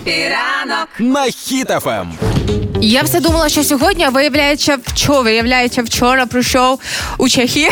Епіранок. на хітафем. Я все думала, що сьогодні, а виявляється, вчора, виявляється, вчора прийшов у Чехії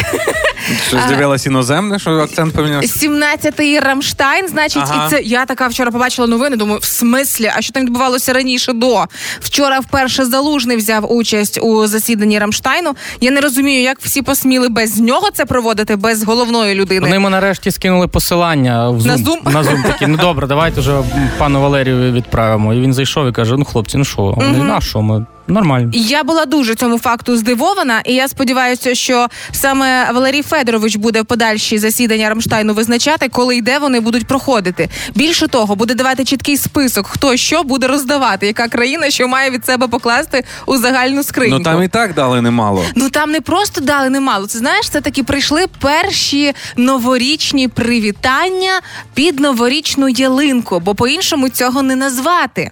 Що здивилась іноземне, що акцент помінявся? 17-й Рамштайн. Значить, Ага. і це я така вчора побачила новини. Думаю, в смислі, а що там відбувалося раніше до вчора? Вперше залужний взяв участь у засіданні Рамштайну. Я не розумію, як всі посміли без нього це проводити, без головної людини. Вони йому нарешті скинули посилання в Zoom. На Zoom? На Zoom такі. Ну добре, давайте вже пану Валерію відправимо. І він зайшов і каже: ну хлопці, ну що, вони на що ми? Нормально. Я була дуже цьому факту здивована, і я сподіваюся, що саме Валерій Федорович буде подальші засідання Рамштайну визначати, коли і де вони будуть проходити. Більше того, буде давати чіткий список, хто що буде роздавати, яка країна що має від себе покласти у загальну скриньку. Ну там і так дали немало. Ну там не просто дали немало. Це знаєш, це таки прийшли перші новорічні привітання під новорічну ялинку, бо по-іншому цього не назвати.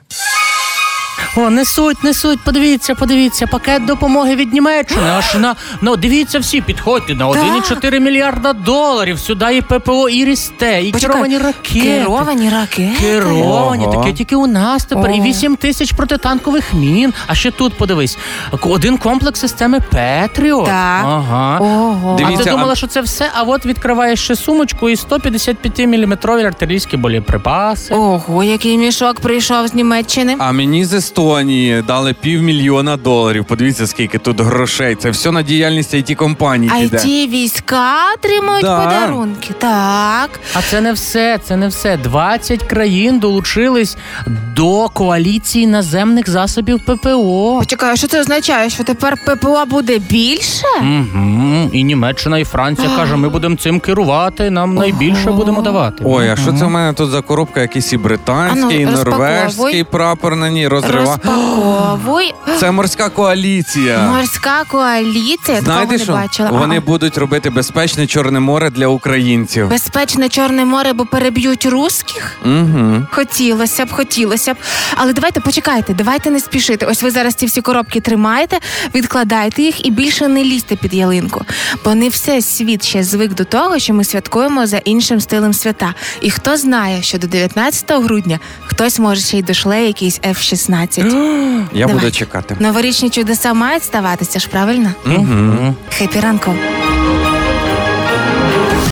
О, несуть, несуть. Подивіться, подивіться, пакет допомоги від Німеччини. Аж на ну дивіться всі, підходьте на 1,4 мільярда доларів. Сюди і ППО, і рісте, і Почекай, керовані ракети. Керовані ракети. Керовані, Ого. таке тільки у нас тепер. І О. 8 тисяч протитанкових мін. А ще тут подивись: К- один комплекс системи Петріо. Так. Ага. Ого. а Дивіться, ти думала, а- що це все? А от відкриваєш ще сумочку і 155 мм артилерійські боєприпаси. Ого, який мішок прийшов з Німеччини. А мені з Естонії дали півмільйона доларів. Подивіться, скільки тут грошей. Це все на діяльність it компаній А й піде. ті війська отримують Да. подарунки. Так. А це не все. Це не все. 20 країн долучились до коаліції наземних засобів ППО. Почекай, а що це означає? Що тепер ППО буде більше? Угу. І Німеччина, і Франція каже, ми будемо цим керувати. Нам найбільше будемо давати. Ой, а що це в мене тут за коробка? Якийсь і британський, і Ану, розпаковуй. норвежський прапор на ній розрива. Розпаковуй. Це морська коаліція. Морська коаліція. Знаєте такого що? не бачила. Вони А, будуть робити безпечне чорне море для українців. Безпечне Чорне море, бо переб'ють русських? Угу. Хотілося б, хотілося б. Але давайте почекайте, давайте не спішити. Ось ви зараз ці всі коробки тримаєте, відкладайте їх і більше не лізьте під ялинку. Бо не все світ ще звик до того, що ми святкуємо за іншим стилем свята. І хто знає, що до 19 грудня хтось може ще й дошле якийсь F-16. Я Давай. буду чекати. Ну. Новорічні чудеса мають ставатися ж, правильно? Угу. Хепі ранку.